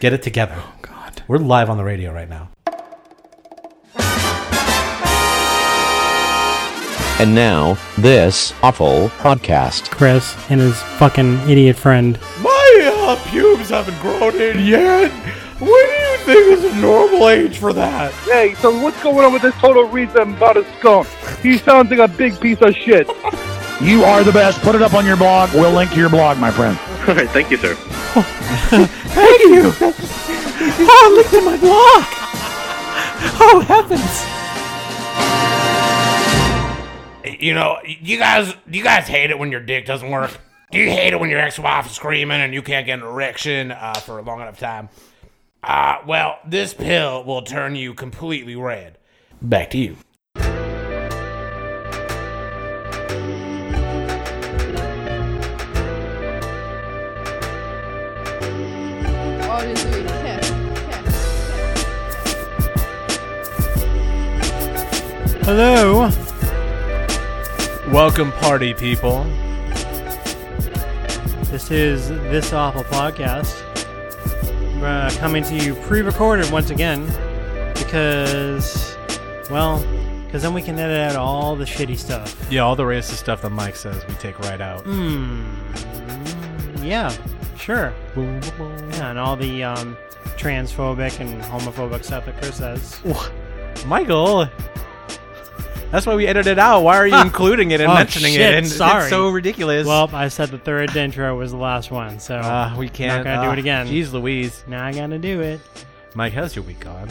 Get it together. Oh, God. We're live on the radio right now. And now, this awful podcast. Chris and his fucking idiot friend. My uh, pubes haven't grown in yet. What do you think is a normal age for that? Hey, so what's going on with this total reason about a skunk? He sounds like a big piece of shit. You are the best. Put it up on your blog. We'll link to your blog, my friend. All right, thank you, sir. Thank you. oh, look at my block. Oh heavens. You know, you guys, you guys hate it when your dick doesn't work. Do you hate it when your ex-wife is screaming and you can't get an erection uh, for a long enough time? Uh, well, this pill will turn you completely red. Back to you. Hello. Welcome, party people. This is This Awful Podcast. Uh, coming to you pre recorded once again because, well, because then we can edit out all the shitty stuff. Hmm, Yeah, all the racist stuff that Mike says we take right out. Yeah, sure. Mm. Yeah, and all the um, transphobic and homophobic stuff that Chris says. Michael. That's why we edited it out. Why are you including it and Oh, mentioning shit, it? And sorry. It's so ridiculous. Well, I said the third intro was the last one, so uh, we can't. gonna do uh, it again. Jeez Louise. now I gotta do it. Mike, how's your week gone?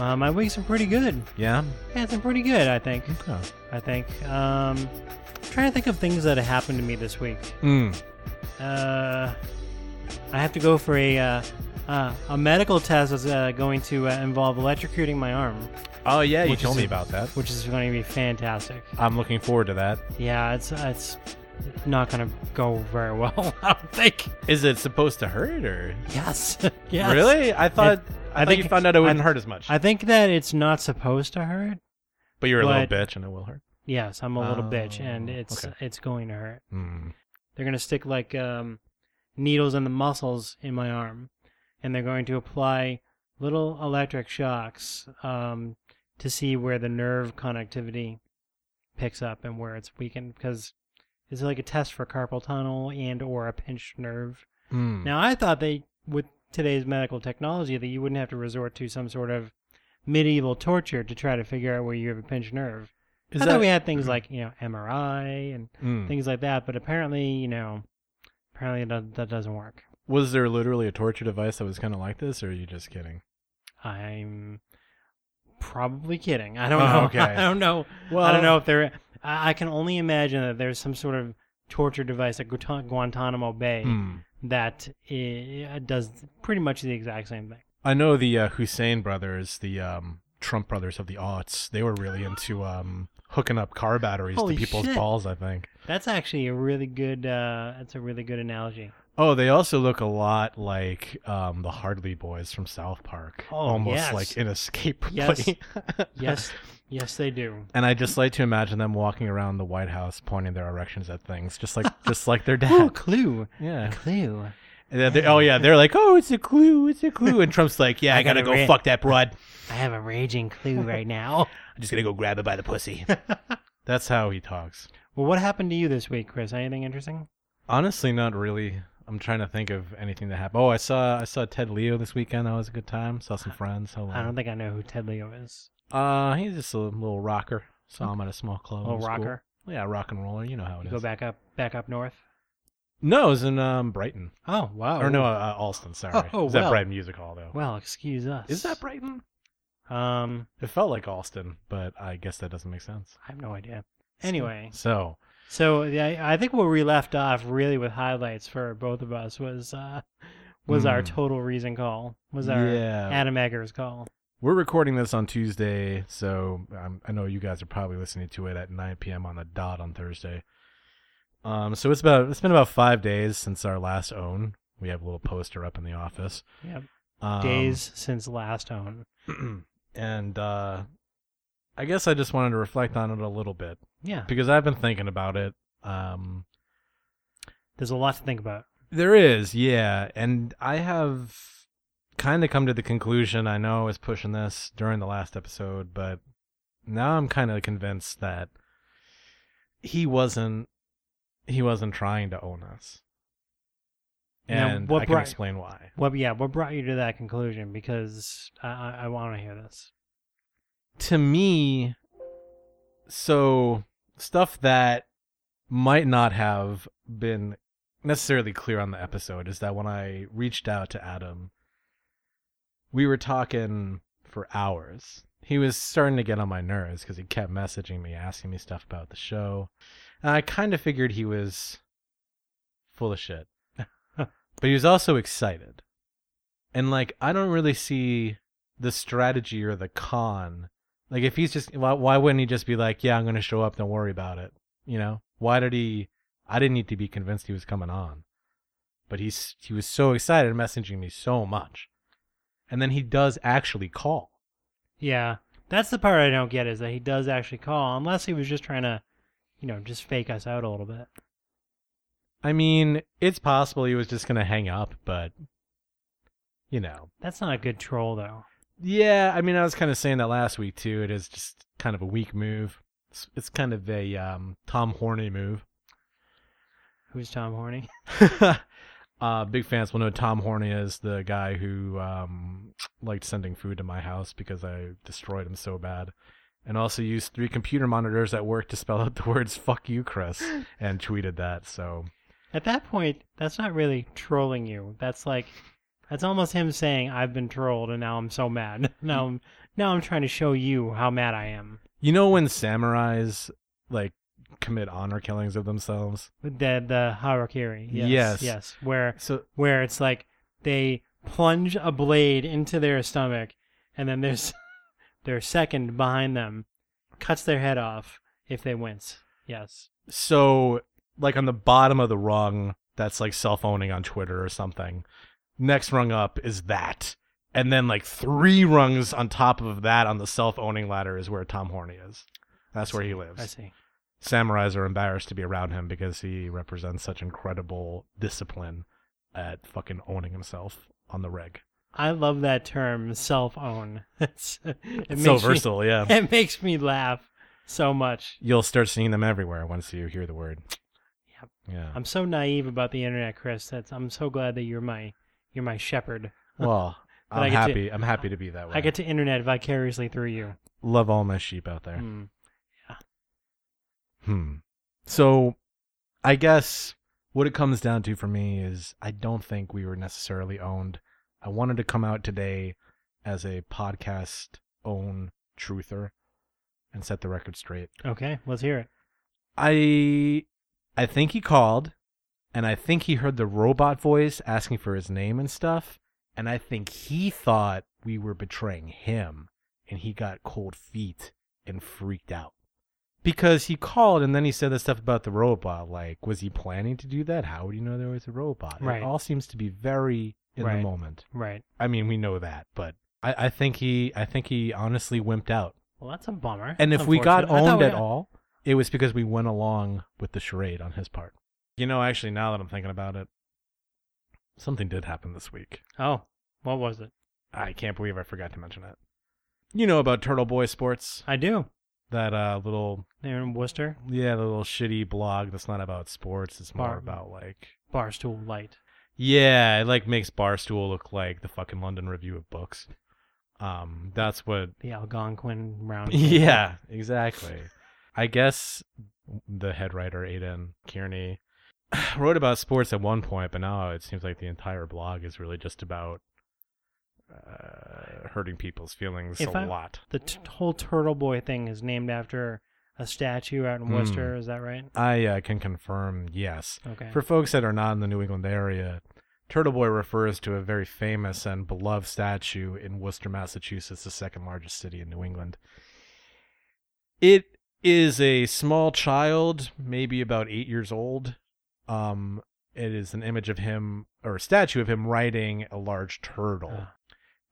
Uh, my weeks are pretty good. Yeah? Yeah, it's been pretty good, I think. Okay. I think. Um, I'm trying to think of things that have happened to me this week. Mm. Uh, I have to go for a uh, uh, a medical test that's uh, going to uh, involve electrocuting my arm, Oh, yeah, you Which told is me a- about that. which is going to be fantastic. I'm looking forward to that. Yeah, it's uh, it's not going to go very well. I don't think. Is it supposed to hurt or? Yes. yes. Really? I thought. I, I think think- you found out it I- wouldn't hurt as much. I think that it's not supposed to hurt. but you're a little but- bitch and it will hurt. Yes, I'm a little bitch, and Oh, it's okay. it's going to hurt. Mm. They're going to stick like um, needles in the muscles in my arm, and they're going to apply little electric shocks um, to see where the nerve connectivity picks up and where it's weakened because it's like a test for carpal tunnel and or a pinched nerve. Mm. Now I thought they with today's medical technology that you wouldn't have to resort to some sort of medieval torture to try to figure out where you have a pinched nerve. Is that- I Hmm. thought we had things like you know MRI and Mm. things like that, but apparently you know apparently that, that doesn't work. Was there literally a torture device that was kind of like this, or are you just kidding? I'm probably kidding. I don't Oh, know. okay. I don't know. Well- I don't know if there. I, I can only imagine that there's some sort of torture device at Guant- Guantanamo Bay Hmm. that i does pretty much the exact same thing. I know the uh, Hussein brothers, the um, Trump brothers of the aughts, they were really into um, hooking up car batteries Holy to people's shit. balls, I think. That's actually a really good. Uh, that's a really good analogy. Oh, they also look a lot like um, the Hardley boys from South Park. Oh, almost yes. like inescapably. Yes. Yes, yes, they do. And I just like to imagine them walking around the White House pointing their erections at things, just like just like their Oh, dad. clue, yeah. clue. And then they- oh yeah, they're like, oh, it's a clue, it's a clue, and Trump's like, yeah, I, I gotta, gotta go rant. fuck that broad. I have a raging clue right now. I'm just gonna go grab it by the pussy. That's how he talks. well, what happened to you this week, Chris? Anything interesting? Honestly, not really. I'm trying to think of anything that happened. Oh, I saw I saw Ted Leo this weekend. That was a good time. Saw some friends. Hello. I don't think I know who Ted Leo is. Uh, he's just a little rocker. Saw him at a small club. It Little was oh, cool. rocker. Yeah, rock and roller. You know how it You is. go back up, back up north. No, it was in um Brighton. Oh wow. Or no, uh, Alston. Sorry. Oh, it was at well. Brighton Music Hall though. Well, excuse us. Is that Brighton? Um, It felt like Alston, but I guess that doesn't make sense. I have no idea. Anyway, So so yeah, I think where we left off really with highlights for both of us was uh, was our Hmm. total reason call. Was our Yeah. Adam Eggers call. We're recording this on Tuesday, so um, I know you guys are probably listening to it at 9 p.m. on the dot on Thursday. Um, so it's about it's been about five days since our last own. We have a little poster up in the office. Yep. Um, Days since last own. and uh, I guess I just wanted to reflect on it a little bit Yeah. because I've been thinking about it. Um, There's a lot to think about. There is, yeah. And I have kind of come to the conclusion I know I was pushing this during the last episode, but now I'm kind of convinced that he wasn't he wasn't trying to own us. Now, And what I can bri- explain why. What? Yeah. What brought you to that conclusion? Because I I, I want to hear this. to me, so stuff that might not have been necessarily clear on the episode is that when I reached out to Adam, we were talking for hours. He was starting to get on my nerves because he kept messaging me, asking me stuff about the show. And I kind of figured he was full of shit. but he was also excited. And, like, I don't really see the strategy or the con. Like, if he's just, why, why wouldn't he just be like, yeah, I'm going to show up, don't worry about it? You know? Why did he, I didn't need to be convinced he was coming on. But he's, he was so excited, messaging me so much. And then he does actually call. Yeah, that's the part I don't get is that he does actually call, unless he was just trying to, you know, just fake us out a little bit. I mean, it's possible he was just going to hang up, but, you know. That's not a good troll though. Yeah, I mean, I was kind of saying that last week, too. It is just kind of a weak move. It's, it's kind of a um, Tom Horny move. Who's Tom Horny? uh, big fans will know Tom Horny is the guy who um, liked sending food to my house because I destroyed him so bad. And also used three computer monitors at work to spell out the words fuck you, Chris, and tweeted that. So, At that point, that's not really trolling you. That's like, that's almost him saying I've been trolled and now I'm so mad. Now I'm now I'm trying to show you how mad I am. you know when samurais like commit honor killings of themselves? With The the harakiri. Yes. Yes. Yes. Where So, where it's like they plunge a blade into their stomach and then there's their second behind them cuts their head off if they wince. Yes. so like on the bottom of the rung that's like self-owning on twitter or something next rung up is that and then like three rungs on top of that on the self-owning ladder is where tom horny is that's where he I lives see. samurais are embarrassed to be around him because he represents such incredible discipline at fucking owning himself on the reg I love that term self own. it's it it's so makes me- versatile yeah it makes me laugh so much. you'll start seeing them everywhere once you hear the word Yep. yeah I'm so naive about the internet, Chris. That's I'm so glad that you're my you're my shepherd. well But I i'm get to- happy i'm happy to be that way I get to internet vicariously through you. love all my sheep out there Mm. Hmm. So I guess what it comes down to for me is I don't think we were necessarily owned. I wanted to come out today as a podcast own truther and set the record straight. Okay, let's hear it. I I think he called and I think he heard the robot voice asking for his name and stuff and I think he thought we were betraying him and he got cold feet and freaked out. Because he called and then he said the stuff about the robot like was he planning to do that? How would you know there was a robot? Right. It all seems to be very in Right. the moment. Right. I mean, we know that, but I, I think he I think he honestly wimped out. Well, that's a bummer. And That's if we got unfortunate. I thought owned we- at all, it was because we went along with the charade on his part. You know, actually, now that I'm thinking about it, something did happen this week. Oh, what was it? I can't believe I forgot to mention it. You know about Turtle Boy Sports? I do. That uh, little, They're in Worcester. yeah, the little shitty blog that's not about sports. It's more Bar- about like, Barstool Light. yeah, it like makes Barstool look like the fucking London Review of Books. Um, that's what The Algonquin round. Yeah, exactly. I guess the head writer Aidan Kearney wrote about sports at one point, but now it seems like the entire blog is really just about uh, hurting people's feelings If a I- lot. The t- whole Turtle Boy thing is named after a statue out in Hmm. Worcester. Is that right? I uh, can confirm, yes. Okay. For folks that are not in the New England area, Turtle Boy refers to a very famous and beloved statue in Worcester, Massachusetts, the second largest city in New England. It is a small child, maybe about eight years old. Um, it is an image of him or a statue of him riding a large turtle. Ah.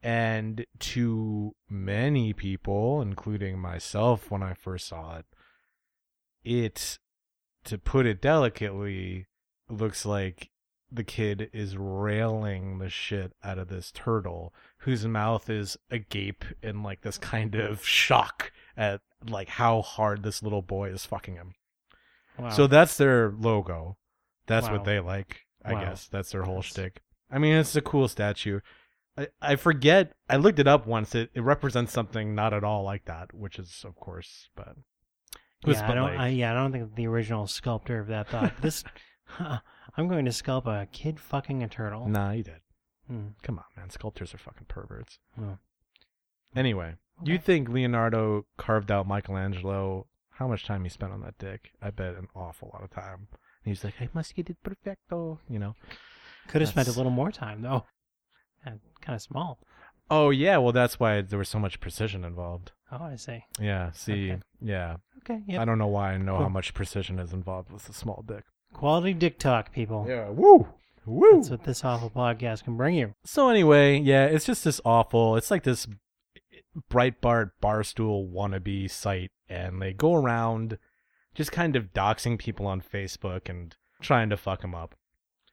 And to many people, including myself when I first saw it, it, to put it delicately, looks like the kid is railing the shit out of this turtle whose mouth is agape in like Mm. this kind of shock at like how hard this little boy is fucking him. Wow. So that's their logo. That's Wow. what they like, I Wow. guess. That's their whole That's- shtick. I mean, it's a cool statue. I, I forget. I looked it up once. It, it represents something not at all like that, which is, of course, but. it was yeah, I but don't. like- I, yeah, I don't think the original sculptor of that thought this. huh, I'm going to sculpt a kid fucking a turtle. Nah, you did. Hmm. Come on, man. Sculptors are fucking perverts. Well. Anyway, you Okay. think Leonardo carved out Michelangelo? How much time he spent on that dick? I bet an awful lot of time. And he's like, I must get it perfecto, you know. Could have spent a That's- little more time though. kind of small. Oh yeah, well that's why there was so much precision involved. Oh, I see. Yeah, see, Okay. yeah. Okay. Yeah. I don't know why I know how Cool. much precision is involved with a small dick. Quality dick talk, people. Yeah, woo, woo. That's what this awful podcast can bring you. So anyway, yeah, it's just this awful. It's like this Breitbart barstool wannabe site, and they go around just kind of doxing people on Facebook and trying to fuck them up.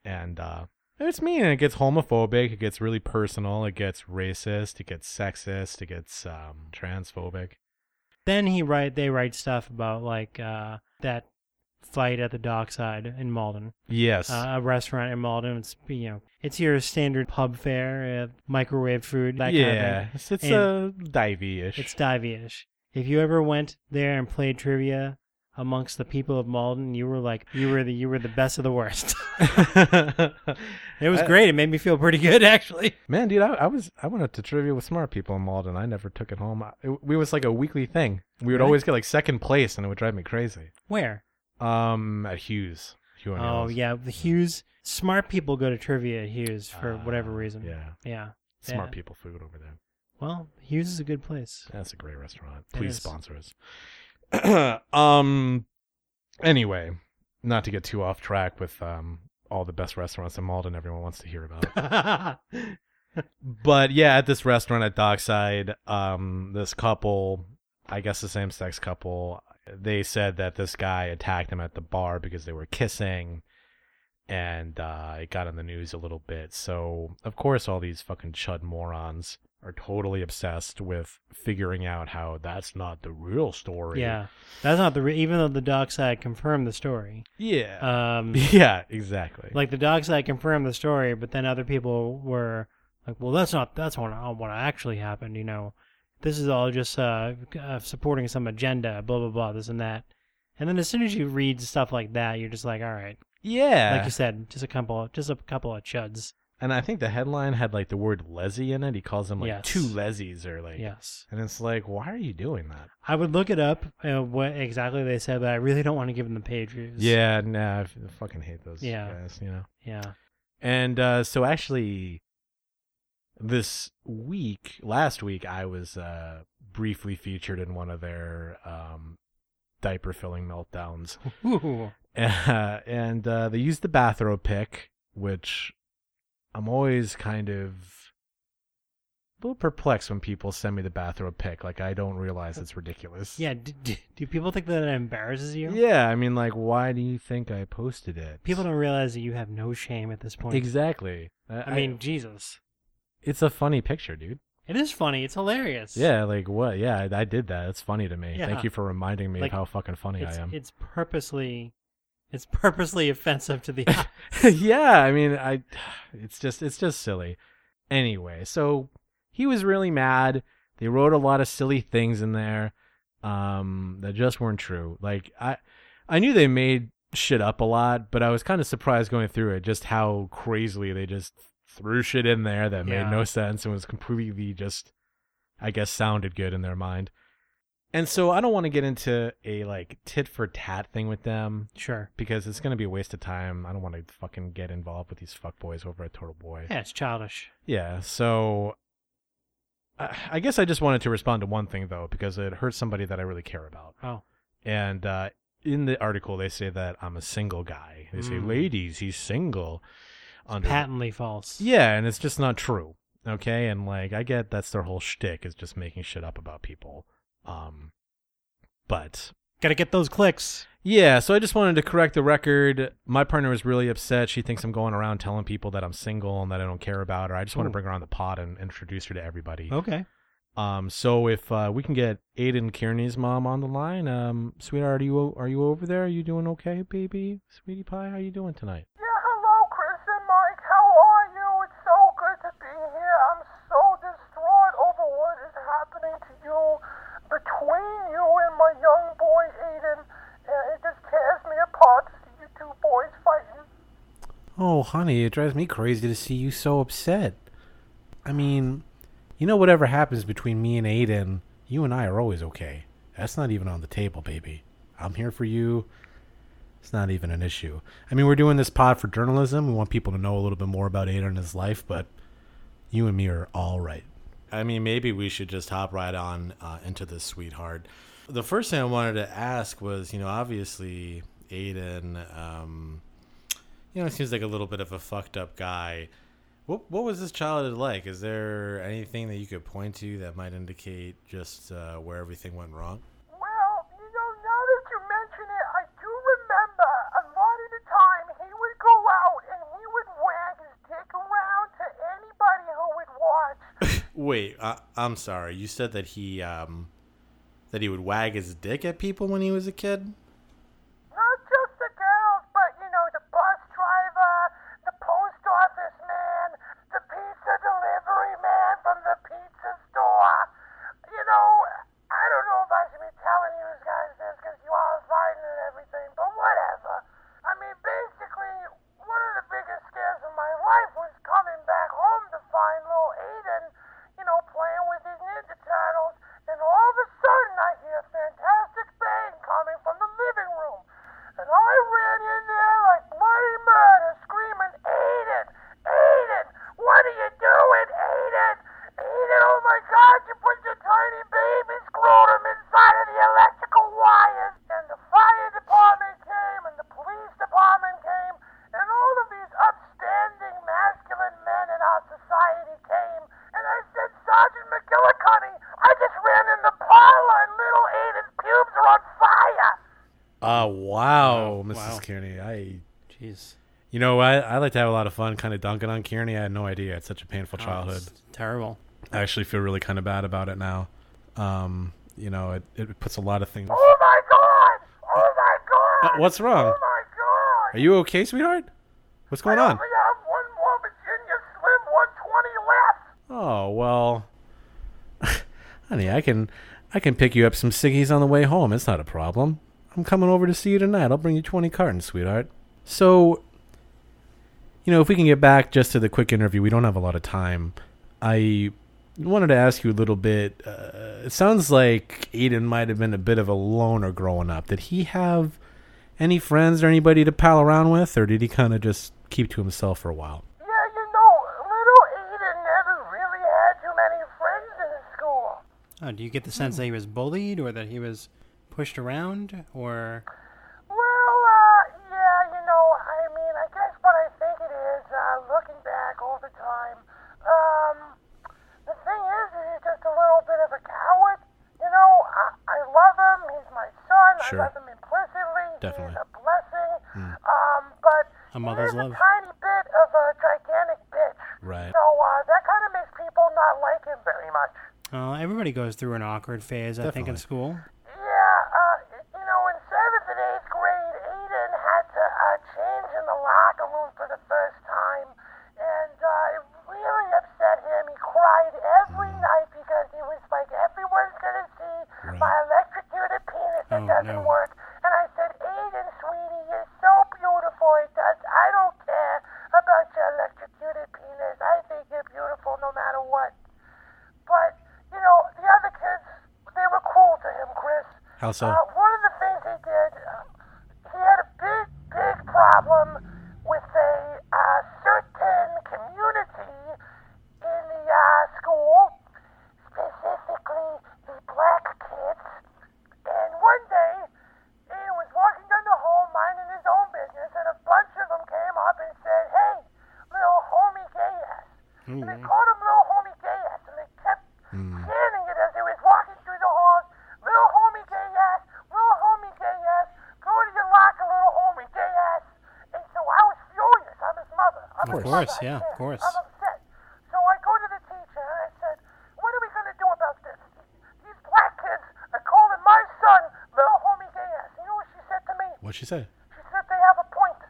And uh, it's mean. It gets homophobic. It gets really personal. It gets racist. It gets sexist. It gets um, transphobic. Then he write they write stuff about like uh, that fight at the dockside in Malden, Yes. uh, a restaurant in Malden. It's you know it's your standard pub fare, uh, microwave food, that yeah. kind of thing. It's, it's And- a divey-ish. It's divey-ish. If you ever went there and played trivia amongst the people of Malden, you were like you were the you were the best of the worst. it was I- great. It made me feel pretty good actually. Man, dude, I, I was I went up to trivia with smart people in Malden. I never took it home. I, it, we was like a weekly thing. We would Really? always get like second place, and it would drive me crazy. Where? Um, at Hughes. Hugh and Oh Hughes. yeah, the Hughes. Smart people go to trivia at Hughes for Uh, whatever reason. Yeah, Yeah. smart Yeah. people food over there. Well, Hughes is a good place. That's a great restaurant. It Please is. sponsor us. um, anyway, not to get too off track with um all the best restaurants in Malden. Everyone wants to hear about. but yeah, at this restaurant at Dockside, um, this couple, I guess the same sex couple, they said that this guy attacked them at the bar because they were kissing, and uh, it got on the news a little bit. So of course, all these fucking chud morons are totally obsessed with figuring out how that's not the real story. yeah, that's not the re- even though the dockside confirmed the story. yeah, Um, yeah, exactly. like the dockside confirmed the story, but then other people were like, "Well, that's not that's what uh, what actually happened." You know, this is all just uh, uh, supporting some agenda, blah blah blah, this and that. And then as soon as you read stuff like that, you're just like, "All right." yeah, Like you said, just a couple, just a couple of chuds. and I think the headline had like the word "lesy" in it. He calls them like Yes. two lesies or like Yes, And it's like, why are you doing that? I would look it up uh, what exactly they said, but I really don't want to give them the page views. Yeah, nah, I f- I fucking hate those Yeah. guys, you know. yeah. And uh, so actually, this week, last week, I was uh, briefly featured in one of their um, diaper filling meltdowns, Ooh. uh, and uh, they used the bathrobe pick, which I'm always kind of a little perplexed when people send me the bathrobe pick. Like I don't realize it's ridiculous. Yeah, do, do, do people think that it embarrasses you? Yeah, I mean, like, why do you think I posted it? People don't realize that you have no shame at this point. Exactly. I mean, Jesus. it's a funny picture, dude. It is funny. It's hilarious. Yeah, like what? Yeah, I, I did that. It's funny to me. Yeah. Thank you for reminding me Like, of how fucking funny It's, I am. it's purposely it's purposely offensive to the eye. yeah, I mean, I. It's just, it's just silly. Anyway, so he was really mad. They wrote a lot of silly things in there um, that just weren't true. Like I, I knew they made shit up a lot, but I was kind of surprised going through it just how crazily they just threw shit in there that Yeah. made no sense and was completely just, I guess, sounded good in their mind. And so I don't want to get into a like tit for tat thing with them Sure. because it's gonna be a waste of time. I don't want to fucking get involved with these fuckboys over at Total Boy. Yeah, it's childish. Yeah, so I, I guess I just wanted to respond to one thing though, because it hurts somebody that I really care about. Oh. And uh, in the article, they say that I'm a single guy. They say, Mm. ladies, he's single. Under Patently false. yeah, and it's just not true. Okay, and like I get that's their whole shtick is just making shit up about people. Um, but Gotta get those clicks. Yeah, so I just wanted to correct the record. My partner is really upset. She thinks I'm going around telling people that I'm single and that I don't care about her. I just want to Ooh. Oh. bring her on the pod and introduce her to everybody. Okay. Um, so if uh, we can get Aiden Kearney's mom on the line, um, sweetheart, are you o- are you over there? Are you doing okay, baby, sweetie pie? How you doing tonight? Yeah, hello, Chris and Mike. How are you? It's so good to be here. I'm so distraught over what is happening to you between you and my young boy Aiden. Uh, It just tears me apart to see you two boys fighting. Oh, honey, it drives me crazy to see you so upset. I mean, you know, whatever happens between me and Aiden, you and I are always okay. That's not even on the table, baby. I'm here for you. It's not even an issue. I mean, we're doing this pod for journalism. We want people to know a little bit more about Aiden and his life, but you and me are all right. I mean, maybe we should just hop right on uh, into this, sweetheart. The first thing I wanted to ask was, you know, obviously Aiden, um, you know, seems like a little bit of a fucked up guy. What what was his childhood like? Is there anything that you could point to that might indicate just uh, where everything went wrong? Well, you know, now that you mention it, I do remember a lot of the time he would go out and he would wag his dick around to anybody who would watch. Wait, I, I'm sorry. You said that he um, that he would wag his dick at people when he was a kid. Not just the girls, but you know, the bus driver, the post office man, the pizza delivery man from the pizza store. You know, I don't know if I should be telling you guys this because you all are fighting and everything, but whatever. I mean, basically, one of the biggest scares of my life was coming back home to find little Aiden, you know, playing with his Ninja Turtles, and all of a sudden I hear a fantastic bang coming from the living room. And I ran in there like mighty murder, screaming, Aiden! Aiden! What are you doing, Aiden? Aiden, oh my god, you put your tiny baby's scrotum inside of the electrical wires! And the fire department came, and the police department came, and all of these upstanding masculine men in our society came. And I said, Sergeant McGillicuddy, I just ran in the parlor, and little Aiden's pubes are on fire! Uh, wow, Wow, Mrs. wow. Kearney. I, Jeez. you know, I, I like to have a lot of fun, kind of dunking on Kearney. I had no idea. I had such a painful childhood. Terrible. I actually feel really kind of bad about it now. Um, you know, it, it puts a lot of things. Oh my god! Oh my god! Uh, What's wrong? Oh my god! Are you okay, sweetheart? What's going I on? only have one more Virginia Slim 120 left. Oh well, honey, I can I can pick you up some ciggies on the way home. It's not a problem. I'm coming over to see you tonight. I'll bring you twenty cartons, sweetheart. So, you know, if we can get back just to the quick interview, we don't have a lot of time. I wanted to ask you a little bit. Uh, it sounds like Aiden might have been a bit of a loner growing up. Did he have any friends or anybody to pal around with, or did he kind of just keep to himself for a while? Yeah, you know, little Aiden never really had too many friends in school. Oh, do you get the sense that he was bullied or that he was pushed around or Well, uh, yeah, you know, I mean, I guess what I think it is, uh, looking back all the time, um, the thing is, that he's just a little bit of a coward. You know, I, I love him. He's my son. Sure. I love him implicitly. Definitely. He's a blessing. Um, but A mother's he is love. a tiny bit of a gigantic bitch. Right. So, uh, that kind of makes people not like him very much. uh, everybody goes through an awkward phase, I think, in Definitely. school. Yeah, uh, you know, in seventh and eighth grade, Aiden had to uh, change in the locker room for the first time, and uh, it really upset him. He cried every night because he was like, "Everyone's gonna see my electrocuted penis that Oh, doesn't no. work." And I said, "Aiden, sweetie, you're so beautiful. It does. I don't care about your electrocuted penis. I think you're beautiful no matter what." But you know, the other kids, they were cool to him, Chris. How so? Uh, one of the things he did, uh, he had a big, big problem with a uh, certain community in the uh, school, specifically the black kids. And one day, he was walking down the hall minding his own business, and a bunch of them came up and said, Hey, little homie gay ass. Oh, And they called him little homie gay ass, and they kept Hmm. chanting it as he was walking through the halls. Little homie gay ass, little homie course. Of course, yeah, of course. I'm upset. So I go to the teacher and I said, What are we going to do about this? These black kids are calling my son little homie gay ass. You know what she said to me? What'd she say? She said they have a point.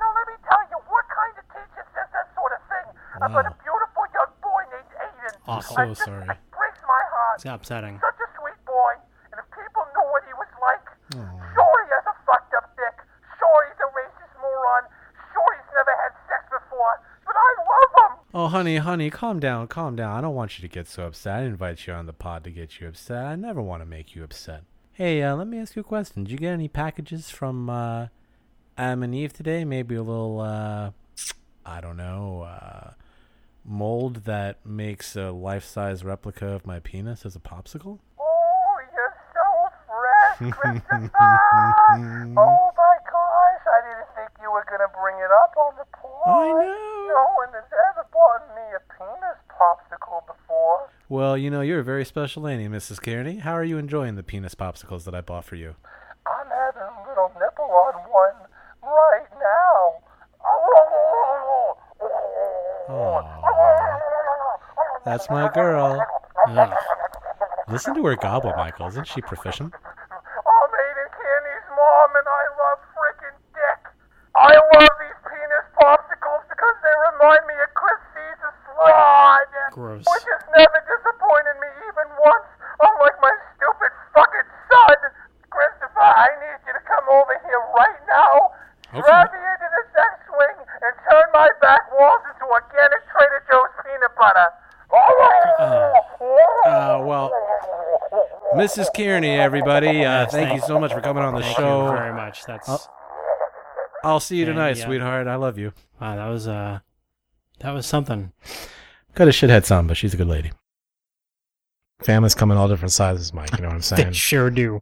Now let me tell you, what kind of teacher says that sort of thing about Wow. a Oh, beautiful young boy named Aiden? Awful. I just- So sorry. It breaks my heart. It's upsetting. Such a sweet boy, and if people knew what he was like, sure he has a fucked up dick. Sure he's a racist moron. Sure he's never had sex before. But I love him. Oh, honey, honey, calm down, calm down. I don't want you to get so upset. I didn't invite you on the pod to get you upset. I never want to make you upset. Hey, uh, let me ask you a question. Did you get any packages from uh, Adam and Eve today? Maybe a little, uh, I don't know, uh, mold that makes a life-size replica of my penis as a popsicle? Oh, you're so fresh, Christopher. oh my gosh, I didn't think you were gonna bring it up on the pod. I know. No one has ever bought me a penis popsicle before. Well, you know, you're a very special lady, Mrs. Kearney. How are you enjoying the penis popsicles that I bought for you? I'm having a little nipple on one right now. That's my girl. Ugh. Listen to her gobble, Michael. Isn't she proficient? I'm Aiden Candy's mom, and I love freaking dick. I love these penis popsicles because they remind me of Christie's fraud. Gross. Which has never disappointed me even once, unlike my stupid fucking son. Christopher, I need you to come over here right now. Drive me into the sex swing and turn my back walls into organic Trader Joe's peanut butter. Uh, well, Mrs. Kearney, everybody, uh, thank you so much for coming on the Thank you show. Oh. very much. That's I'll see you And, tonight, yeah. sweetheart. I love you. wow. That was uh, that was something. Got a shithead son, but she's a good lady. Families come in all different sizes, Mike. You know what I'm They saying? sure do.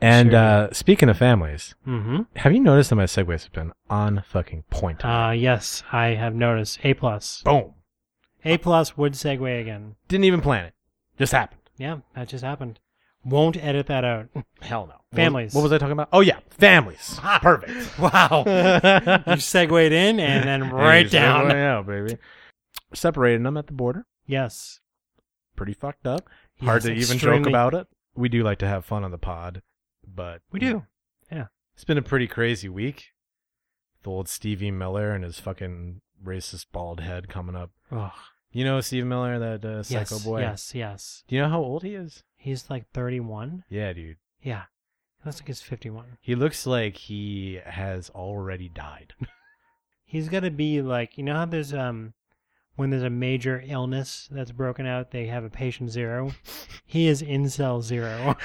and uh, speaking of families, Mm-hmm. have you noticed that my segues have been on fucking point? Uh, yes, I have noticed. A plus. Boom. A plus would segue again. Didn't even plan it. Just happened. Yeah, that just happened. Won't edit that out. Hell no. Families. Ah. What was I talking about? Oh yeah, families. Perfect. Wow. you segued in and then right He's right down. out, baby. Separating them at the border. Yes. Pretty fucked up. Yes, Hard to even joke extremely. about it. We do like to have fun on the pod, but We do. Yeah. It's been a pretty crazy week. The old Stevie Miller and his fucking racist bald head coming up. Ugh. You know Steve Miller, that uh, psycho yes, boy. Yes, yes. Do you know how old he is? He's like 31. Yeah, dude. Yeah. He looks like he's 51. He looks like he has already died. He's got to be like, you know how there's, um, when there's a major illness that's broken out, they have a patient zero. he is incel zero.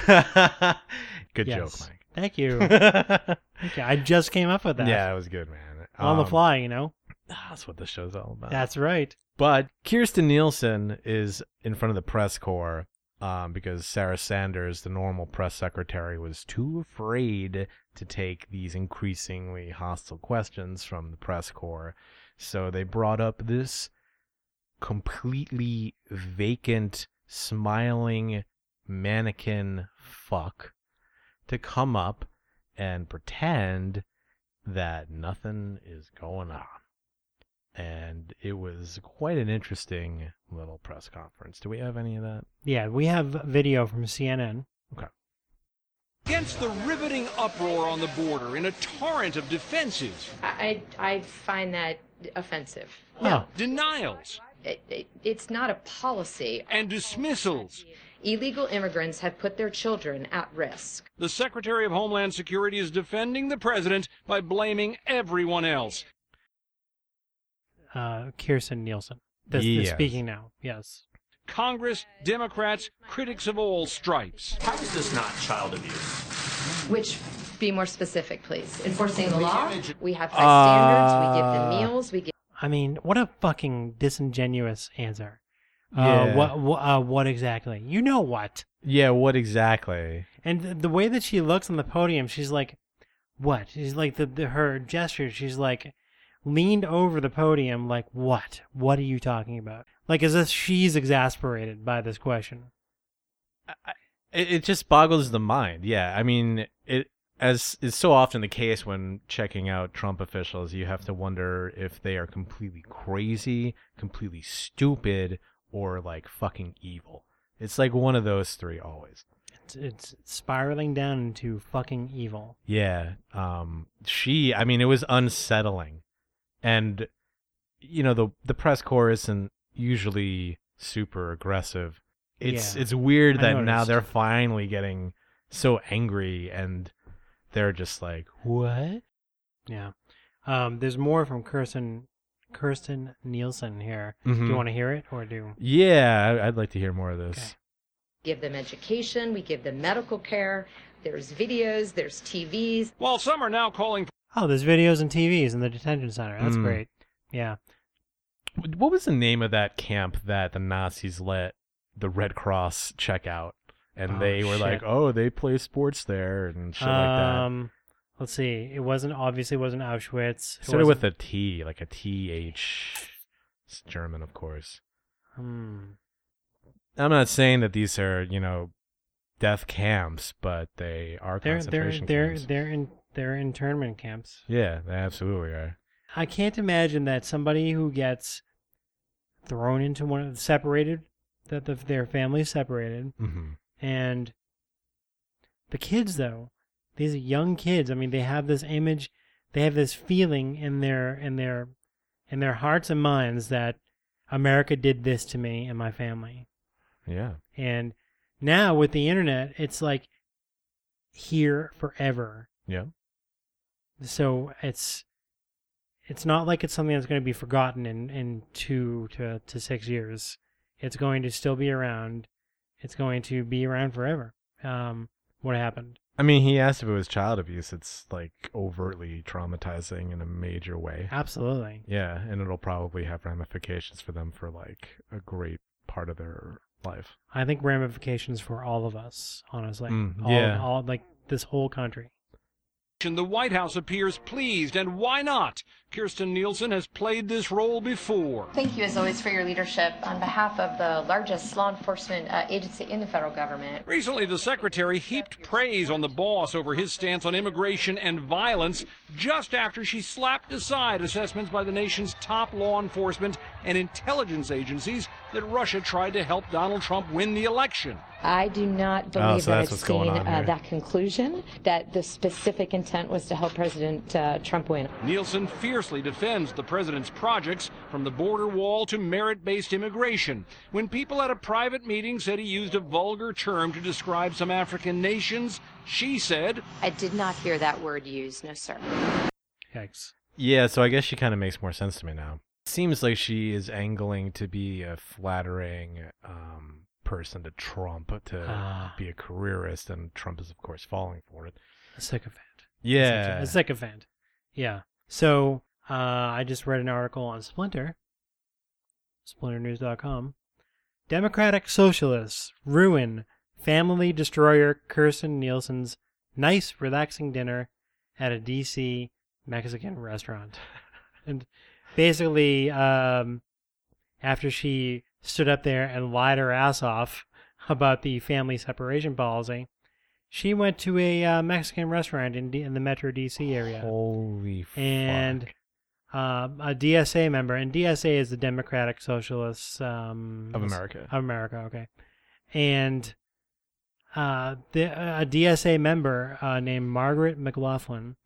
good Yes. joke, Mike. Thank you. yeah, Thank you. I just came up with that. it was good, man. On the Um, uh, fly, you know? That's what the show's all about. That's right. But Kirsten Nielsen is in front of the press corps um, because Sarah Sanders, the normal press secretary, was too afraid to take these increasingly hostile questions from the press corps. So they brought up this completely vacant, smiling mannequin fuck to come up and pretend that nothing is going on and it was quite an interesting little press conference. Do we have any of that? Yeah, we have video from CNN. Against the riveting uproar on the border in a torrent of defenses, I, I find that offensive. Oh, denials, It, it, it's not a policy. and dismissals, Illegal immigrants have put their children at risk. the Secretary of Homeland Security is defending the president by blaming everyone else. uh, Kirsten Nielsen. That's the Yes. speaking now. Yes. Congress, Democrats, critics of all stripes. How is this not child abuse? Which, be more specific, please. Enforcing the law, we have Uh, high standards, we give them meals, we give I mean, what a fucking disingenuous answer. Uh, Yeah. what, what, uh, what exactly? You know what? Yeah, what exactly? And th- the way that she looks on the podium, she's like, what? She's like, the, the her gesture, she's like, leaned over the podium, like, what? What are you talking about? Like, as if she's exasperated by this question. It, it just boggles the mind. Yeah, I mean, it as is so often the case when checking out Trump officials, you have to wonder if they are completely crazy, completely stupid, or like fucking evil. It's like one of those three always. It's, it's spiraling down into fucking evil. Yeah. Um she I mean it was unsettling. And you know, the the press corps isn't usually super aggressive. It's Yeah. it's weird I that now noticed. they're finally getting so angry and they're just like, What? Yeah. Um, there's more from Kirsten Kirsten Nielsen here. Do you Mhm. want to hear it or do? Yeah, I- I'd like to hear more of this. give them education, we give them medical care. There's videos, there's TVs. While some are now calling Oh, there's videos and TVs in the detention center. That's Mm. great. Yeah. Wh- What was the name of that camp that the Nazis let the Red Cross check out? And Oh, they were shit. like, "Oh, they play sports there and shit like that." um, let's see. It wasn't obviously wasn't Auschwitz. It Started wasn't- with a T, like a T H. It's German, of course. Hmm. I'm not saying that these are, you know, death camps, but they are They're they're concentration they're camps. they're in they're internment camps. Yeah, they absolutely are. I can't imagine that somebody who gets thrown into one of separated that the, their family's separated Mhm. and the kids though these are young kids i mean they have this image they have this feeling in their in their in their hearts and minds that america did this to me and my family Yeah. and now with the internet it's like here forever Yeah. so it's it's not like it's something that's going to be forgotten in in two to to six years it's going to still be around it's going to be around forever um what happened I mean, he asked if it was child abuse. It's like overtly traumatizing in a major way. absolutely Yeah, and it'll probably have ramifications for them for like a great part of their life. i think ramifications for all of us honestly Mm, all, yeah. all like this whole country the White House appears pleased, and why not? Kirsten Nielsen has played this role before. Thank you, as always, for your leadership on behalf of the largest law enforcement uh, agency in the federal government. Recently, the secretary heaped praise on the boss over his stance on immigration and violence just after she slapped aside assessments by the nation's top law enforcement and intelligence agencies that Russia tried to help Donald Trump win the election. I do not Oh, believe so that that's I've what's going seen on uh, here. that conclusion, that the specific intent was to help President uh, Trump win. Nielsen fiercely defends the president's projects from the border wall to merit based immigration. When people at a private meeting said he used a vulgar term to describe some African nations, she said, I did not hear that word used, no, sir. Yikes. Yeah, so I guess she kind of makes more sense to me now. Seems like she is angling to be a flattering um, person to Trump, to Ah. be a careerist, and Trump is, of course, falling for it. a sycophant Yeah. a sycophant yeah so uh i just read an article on splinter splinternews.com democratic socialists ruin family destroyer kirsten nielsen's nice relaxing dinner at a dc mexican restaurant and basically um after she stood up there and lied her ass off about the family separation policy she went to a uh, mexican restaurant in, D- in the metro dc area Holy fuck. and um, a DSA member, and DSA is the Democratic Socialists um, Of America. Of America, okay. And uh, the, a DSA member uh, named Margaret McLaughlin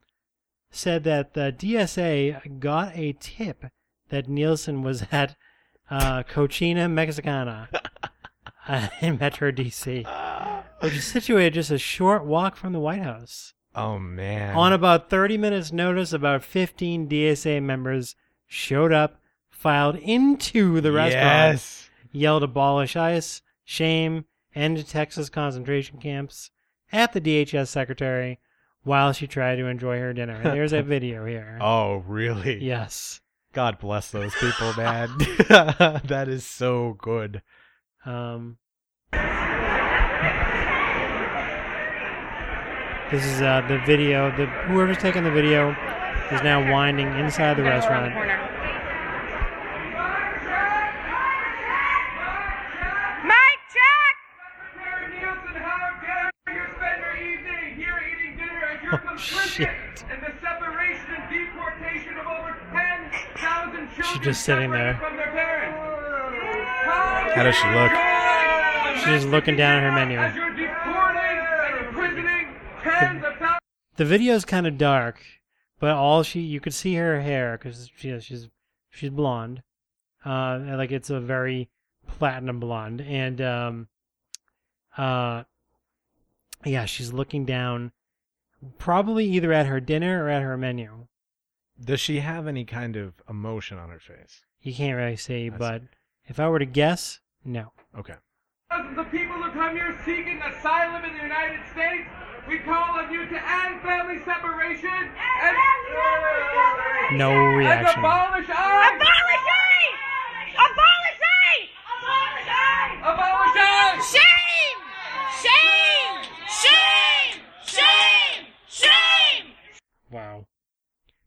said that the DSA got a tip that Nielsen was at uh, Cochina Mexicana uh, in Metro DC, which is situated just a short walk from the White House. Oh, man. On about 30 minutes' notice, about 15 DSA members showed up, filed into the restaurant, Yes. yelled abolish ICE, shame, end Texas concentration camps at the DHS secretary while she tried to enjoy her dinner. There's a video here. Oh, really? Yes. God bless those people, man. that is so good. Um, this is uh, the video. The whoever's taking the video is now winding inside the restaurant. Mike Jack! Oh, shit. and the separation and deportation of over 10,000 She's just sitting there. from their parents. How does she look? She's looking down at her menu. You're deporting and imprisoning tens of thousands. The video's kind of dark, but all she you could see her hair because she, she's she's blonde, uh, and, like it's a very platinum blonde, and um, uh, yeah, she's looking down, probably either at her dinner or at her menu. Does she have any kind of emotion on her face? You can't really say, but if I were to guess, no. Okay. Thousands of people who come here seeking asylum in the United States. We call on you to end family separation and, No and reaction. abolish ICE. Abolish ICE. Abolish ICE. Abolish ICE. Abolish ICE. Shame. Shame. Shame. Shame. Shame. Wow.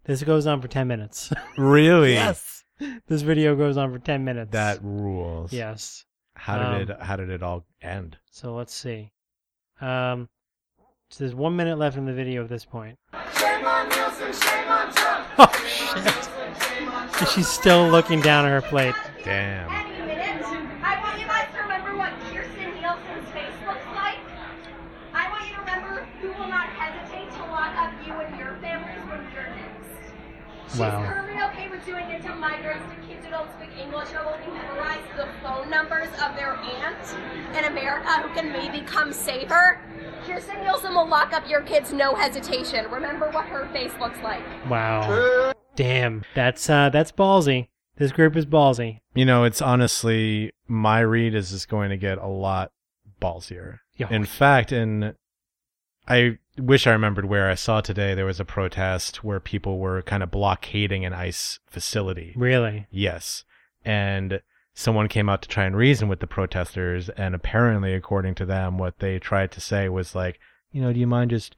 This goes on for 10 minutes. Really? yes. This video goes on for 10 minutes. That rules. Yes. How did Um, it how did it all end? So let's see. Um, so there's one minute left in the video at this point. Shame on Nielsen. Shame on Trump. Oh, shit. And she's still looking down at her plate. Damn. I want you guys to remember what Kirsten Nielsen's face looks like. I want you to remember who will not hesitate to lock up you and your families when you're next. She's Wow. totally okay with doing it to migrants, to kids who don't speak English, who only memorize the phone numbers of their aunt in America who can maybe come save her. Kirsten Nielsen will lock up your kids no hesitation. Remember what her face looks like. Wow. Damn. That's uh, that's ballsy. This group is ballsy. You know, it's honestly my read is just going to get a lot ballsier. Yeah. In fact, in I wish I remembered where I saw today there was a protest where people were kind of blockading an ICE Mm. facility. Really? Yes. And someone came out to try and reason with the protesters and apparently according to them what they tried to say was like, you know, do you mind just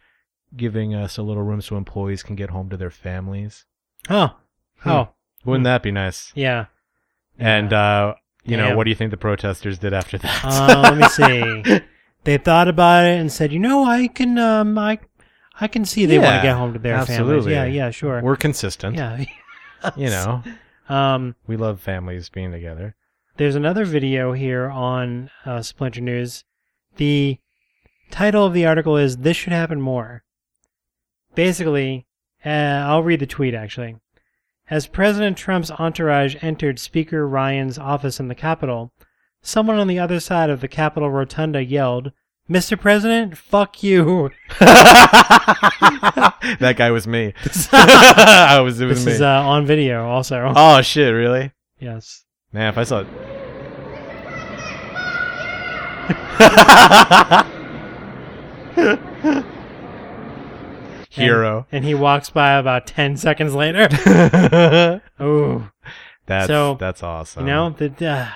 giving us a little room so employees can get home to their families? Oh. Hmm. Oh. Wouldn't that be nice? Yeah. And uh, you know, Damn. what do you think the protesters did after that? Uh, let me see. They thought about it and said, you know, I can, um, I, I can see they want Yeah, to get home to their families. absolutely. Yeah, yeah, sure. We're consistent. Yeah. you know, Um, we love families being together. There's another video here on uh, Splinter News. The title of the article is This Should Happen More. Basically, uh, I'll read the tweet actually. As President Trump's entourage entered Speaker Ryan's office in the Capitol, someone on the other side of the Capitol Rotunda yelled, Mr. President, fuck you. That guy was me. I was. It was this me. is uh, on video also. oh shit! Really? Yes. Man, if I saw. Hero. And, and he walks by about 10 seconds later. oh. That's so, that's awesome. You know, the, uh,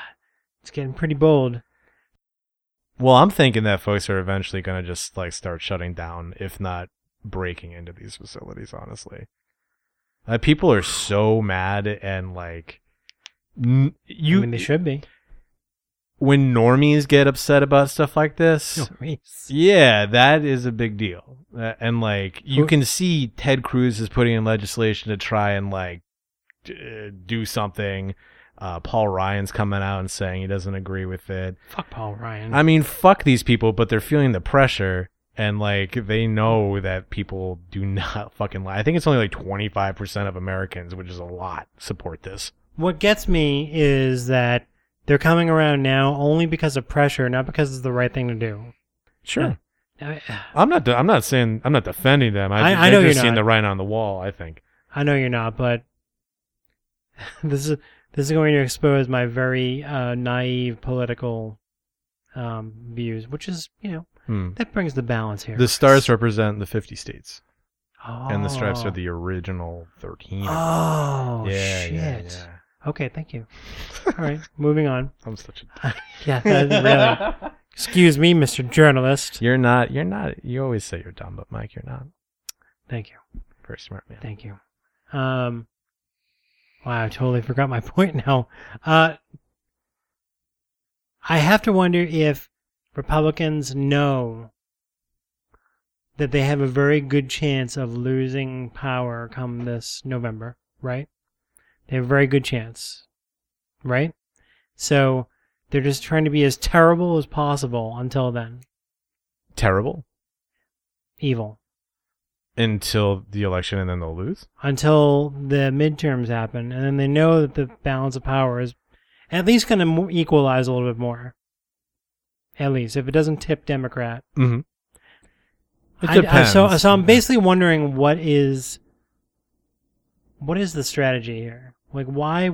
it's getting pretty bold. Well, I'm thinking that folks are eventually going to just like start shutting down, if not breaking into these facilities. Honestly, uh, people are so mad and like n- you. I mean, they should be. When normies get upset about stuff like this, Normies. yeah, that is a big deal. Uh, and like you Who- can see Ted Cruz is putting in legislation to try and like d- uh, do something. Uh, Paul Ryan's coming out and saying he doesn't agree with it. Fuck Paul Ryan. I mean, fuck these people, but they're feeling the pressure and like they know that people do not fucking lie. I think it's only like 25% of Americans, which is a lot, support this. What gets me is that they're coming around now only because of pressure, not because it's the right thing to do. Sure. I, I'm not I'm not saying I'm not defending them. I've, I- I they've know just you're seen not. the writing on the wall, I think. I know you're not, but this is this is going to expose my very uh, naive political um, views, which is you know Hmm. that brings the balance here. The stars represent the 50 states. And the stripes Oh. are the original 13. Oh Yeah, shit! yeah, yeah. Okay, thank you. All right, moving on. I'm such a yeah, that, really. Excuse me, Mr. Journalist. You're not you're not you always say you're dumb, but Mike, you're not. Thank you. Very smart man. Thank you. Um, wow, I totally forgot my point now. Uh, I have to wonder if Republicans know that they have a very good chance of losing power come this November, right? They have a very good chance, right? So they're just trying to be as terrible as possible until then. Terrible Evil. until the election, and then they'll lose. Until the midterms happen. And then they know that the balance of power is at least going to equalize a little bit more. At least, if it doesn't tip Democrat. Mm-hmm. It I- I- so, depends. so I'm basically wondering what is what is the strategy here? Like, why,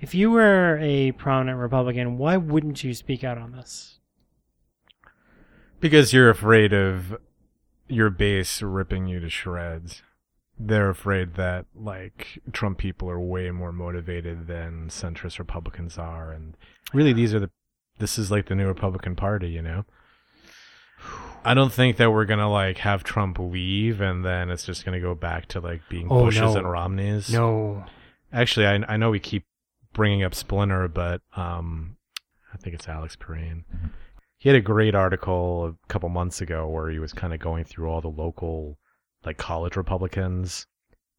if you were a prominent Republican, why wouldn't you speak out on this? Because you're afraid of your base ripping you to shreds. They're afraid that like Trump people are way more motivated than centrist Republicans are and really these are the this is like the new Republican Party, you know. I don't think that we're gonna like have Trump leave and then it's just gonna go back to like being Oh, Bushes no. and Romneys. No. Actually, I I know we keep bringing up Splinter, but um, I think it's Alex Perrine. He had a great article a couple months ago where he was kind of going through all the local, like college Republicans,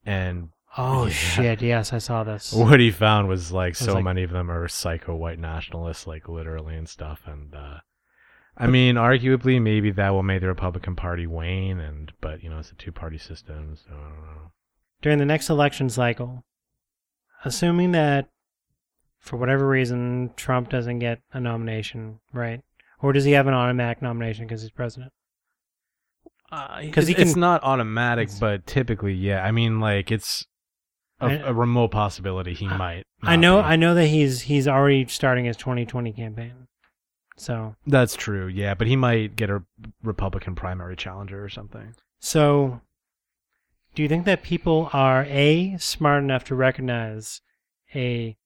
and Oh Yeah. shit! Yes, I saw this. what he found was like It's so like- many of them are psycho white nationalists, like literally and stuff. And uh, I mean, arguably, maybe that will make the Republican Party wane, and but you know, it's a two party system, so I don't know. during the next election cycle, assuming that for whatever reason Trump doesn't get a nomination, right? Or does he have an automatic nomination because he's president? because he Uh, it's can- not automatic, but typically, yeah. I mean, like it's a, I- a remote possibility he might. I know, I know that he's he's already starting his 2020 campaign. So, That's true, yeah, but he might get a Republican primary challenger or something. so do you think that people are a smart enough to recognize a,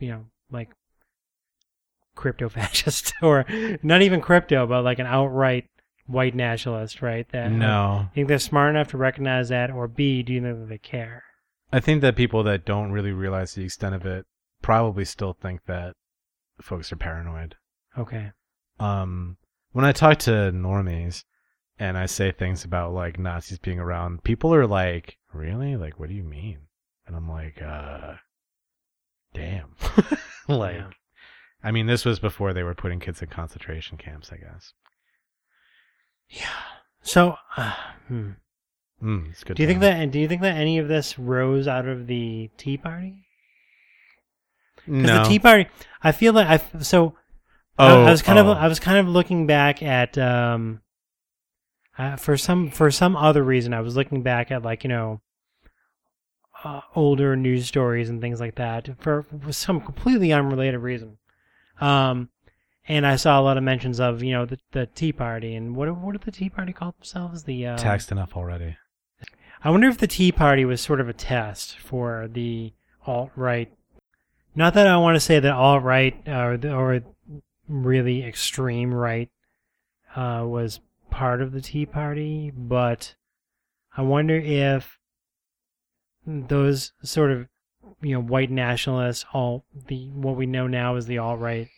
you know, like crypto fascist or not even crypto, but like an outright white nationalist, right? That uh, No. You think they're smart enough to recognize that, or B, do you think that they care? I think that people that don't really realize the extent of it probably still think that folks are paranoid. Okay. um when I talk to normies and I say things about like Nazis being around, people are like, "Really? Like what do you mean?" And I'm like, "Uh damn." like Yeah. I mean, this was before they were putting kids in concentration camps, I guess. So, uh, hmm. Mm, it's good. do you think timing. that? And do you think that any of this rose out of the Tea Party? Because No. the Tea Party, I feel like I so. Oh, I, I was kind oh. of I was kind of looking back at um, uh, for some for some other reason I was looking back at like you know, uh, older news stories and things like that for, for some completely unrelated reason, um, and I saw a lot of mentions of you know the, the Tea Party and what what do the Tea Party call themselves the um, taxed enough already? I wonder if the Tea Party was sort of a test for the alt right. Not that I want to say that alt right or the- or really extreme right uh, was part of the Tea Party, but I wonder if those sort of you know white nationalists, all the what we know now as the alt right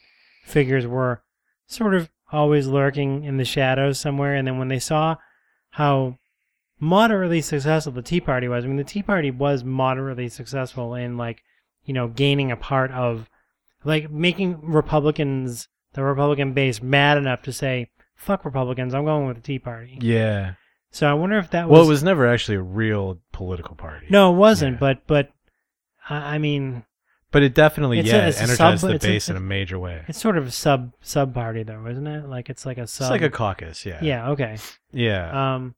figures were sort of always lurking in the shadows somewhere, and then when they saw how moderately successful the Tea Party was. I mean, the Tea Party was moderately successful in like, you know, gaining a part of, like, making Republicans the Republican base mad enough to say, "Fuck Republicans, I'm going with the Tea Party." Yeah. So I wonder if that was. Well, it was never actually a real political party, No, it wasn't. But but, I I mean, but it definitely It's a- yeah it's a energized sub- the it's a- base in a major way. it's sort of a sub sub party though, isn't it? Like it's like a sub. It's like a caucus, yeah. Yeah. Okay. Yeah. Um,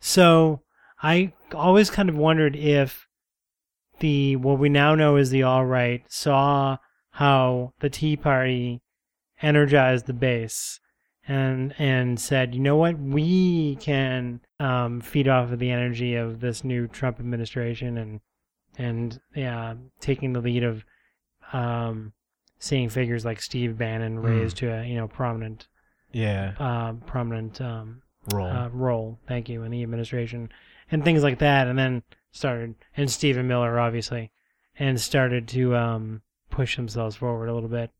so I always kind of wondered if the what we now know is the all right saw how the Tea Party energized the base and and said, you know what, we can um, feed off of the energy of this new Trump administration and and yeah, taking the lead of um, seeing figures like Steve Bannon Mm. raised to a you know prominent Yeah. uh, prominent um, Role. uh, role. Thank you in the administration and things like that, and then started and Stephen Miller obviously, and started to um, push themselves forward a little bit,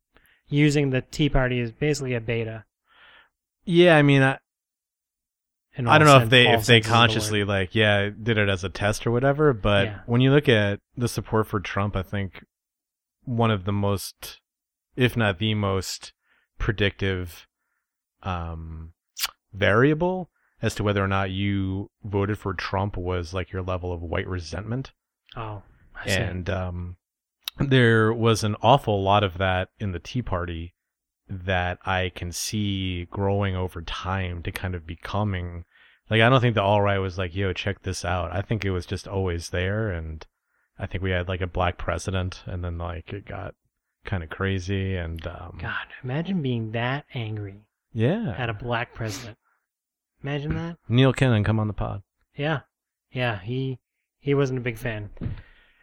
using the Tea Party as basically a beta. Yeah, I mean, I, and I don't all know if sen- they all if they senses of the word. consciously like yeah did it as a test or whatever, but Yeah. when you look at the support for Trump, I think one of the most, if not the most, predictive um, variable as to whether or not you voted for Trump was like your level of white resentment. Oh, I see. and um, there was an awful lot of that in the Tea Party that I can see growing over time to kind of becoming. Like, I don't think the all right was like, yo, check this out. I think it was just always there. And I think we had like a black president, and then like it got kind of crazy. And um, God, imagine being that angry yeah, at a black president. Imagine that. Neil Kennan, come on the pod. Yeah, yeah. He he wasn't a big fan.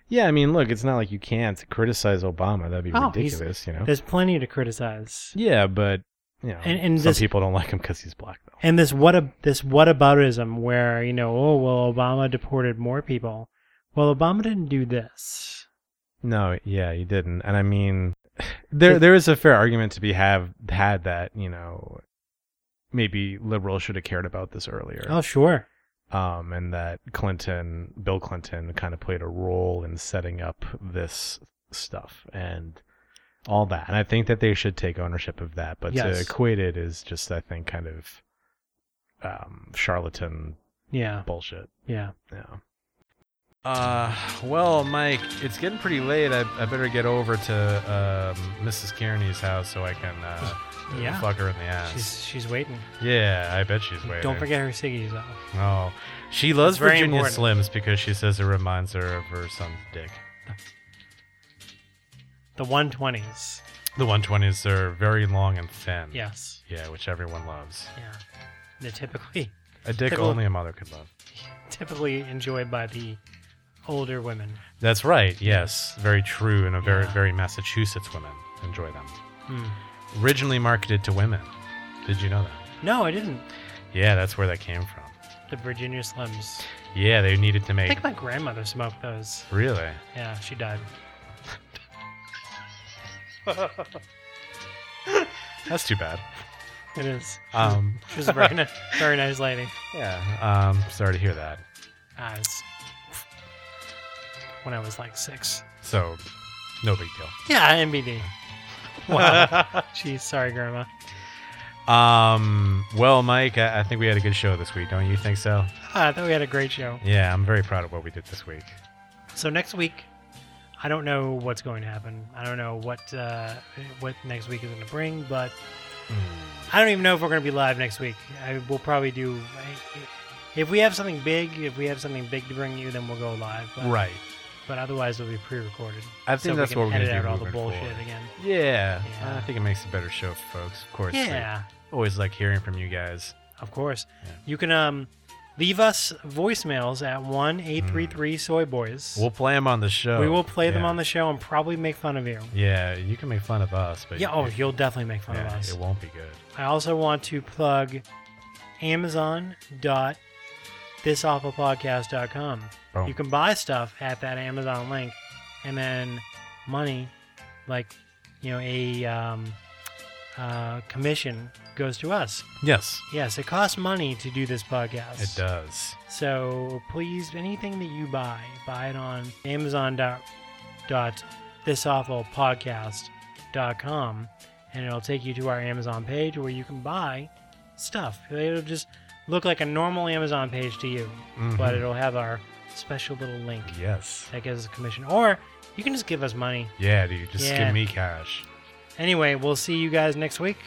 Yeah, I mean, look, it's not like you can't criticize Obama. That'd be Oh, he's- ridiculous, you know? There's plenty to criticize. Yeah, but, you know, And- and some this- people don't like him because he's black. And this what a, this whataboutism where you know oh well Obama deported more people. Well, Obama didn't do this. No, yeah, you didn't. And I mean, there there is a fair argument to be have had that you know, maybe liberals should have cared about this earlier. Oh sure. Um, and that Clinton, Bill Clinton, kind of played a role in setting up this stuff and all that. And I think that they should take ownership of that. But Yes. to equate it is just, I think, kind of um, charlatan Yeah. bullshit. Yeah. Yeah. Uh, well, Mike, it's getting pretty late. I, I better get over to um, Mrs. Kearney's house so I can uh, Yeah. fuck her in the ass. She's she's waiting. yeah, I bet she's waiting. Don't forget her ciggies though. Oh, she loves It's very Virginia important. Slims because she says it reminds her of her son's dick. The 120s. The 120s are very long and thin. Yes. Yeah, which everyone loves. Yeah. They're typically A dick typical- only a mother could love. typically enjoyed by the older women. That's right. Yes, very true. And a very, very Massachusetts women enjoy them. Hmm. Originally marketed to women. Did you know that? No, I didn't. Yeah, that's where that came from. The Virginia Slims. Yeah, they needed to I make. think my grandmother smoked those. Really? Yeah, she died. That's too bad. It is. Um. She was a very, ni- very nice lady. Yeah. Um. Sorry to hear that. Ah, it's when I was like six. So, no big deal. Yeah, NBD. Wow. Jeez, sorry, Grandma. Um. Well, Mike, I, I think we had a good show this week, don't you think so? Ah, I thought we had a great show. Yeah, I'm very proud of what we did this week. So next week, I don't know what's going to happen. I don't know what uh, what next week is going to bring, but Hmm. I don't even know if we're going to be live next week. I will probably do. I- If we have something big, if we have something big to bring you, then we'll go live. But, Right. But otherwise, it'll be pre-recorded. I think So we that's can what we're edit gonna do out all the moving bullshit forward. again. Yeah, Yeah. I think it makes a better show for folks. Of course. we Yeah. Always like hearing from you guys. Of course. You can um, leave us voicemails at one eight three three soy boys. Hmm. We'll play them on the show. we will play them Yeah. on the show and probably make fun of you. Yeah, you can make fun of us, but Yeah, oh, you'll definitely make fun of yeah, us. It won't be good. I also want to plug Amazon.thisawfulpodcast.com. Boom. You can buy stuff at that Amazon link, and then money, like you know, a um, uh, commission goes to us. Yes, Yes, it costs money to do this podcast. it does. So please, anything that you buy, buy it on Amazon dot dot thisawfulpodcast.com, and it'll take you to our Amazon page where you can buy stuff. It'll just look like a normal Amazon page to you, Mhm. but it'll have our special little link Yes. that gives us a commission. Or you can just give us money. Yeah, dude, just Yeah. give me cash. Anyway, we'll see you guys next week.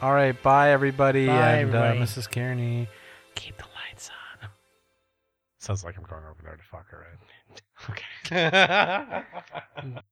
All right, bye everybody, Bye, and everybody. Uh, Mrs. Kearney. Keep the lights on. Sounds like I'm going over there to fuck her, right? Okay.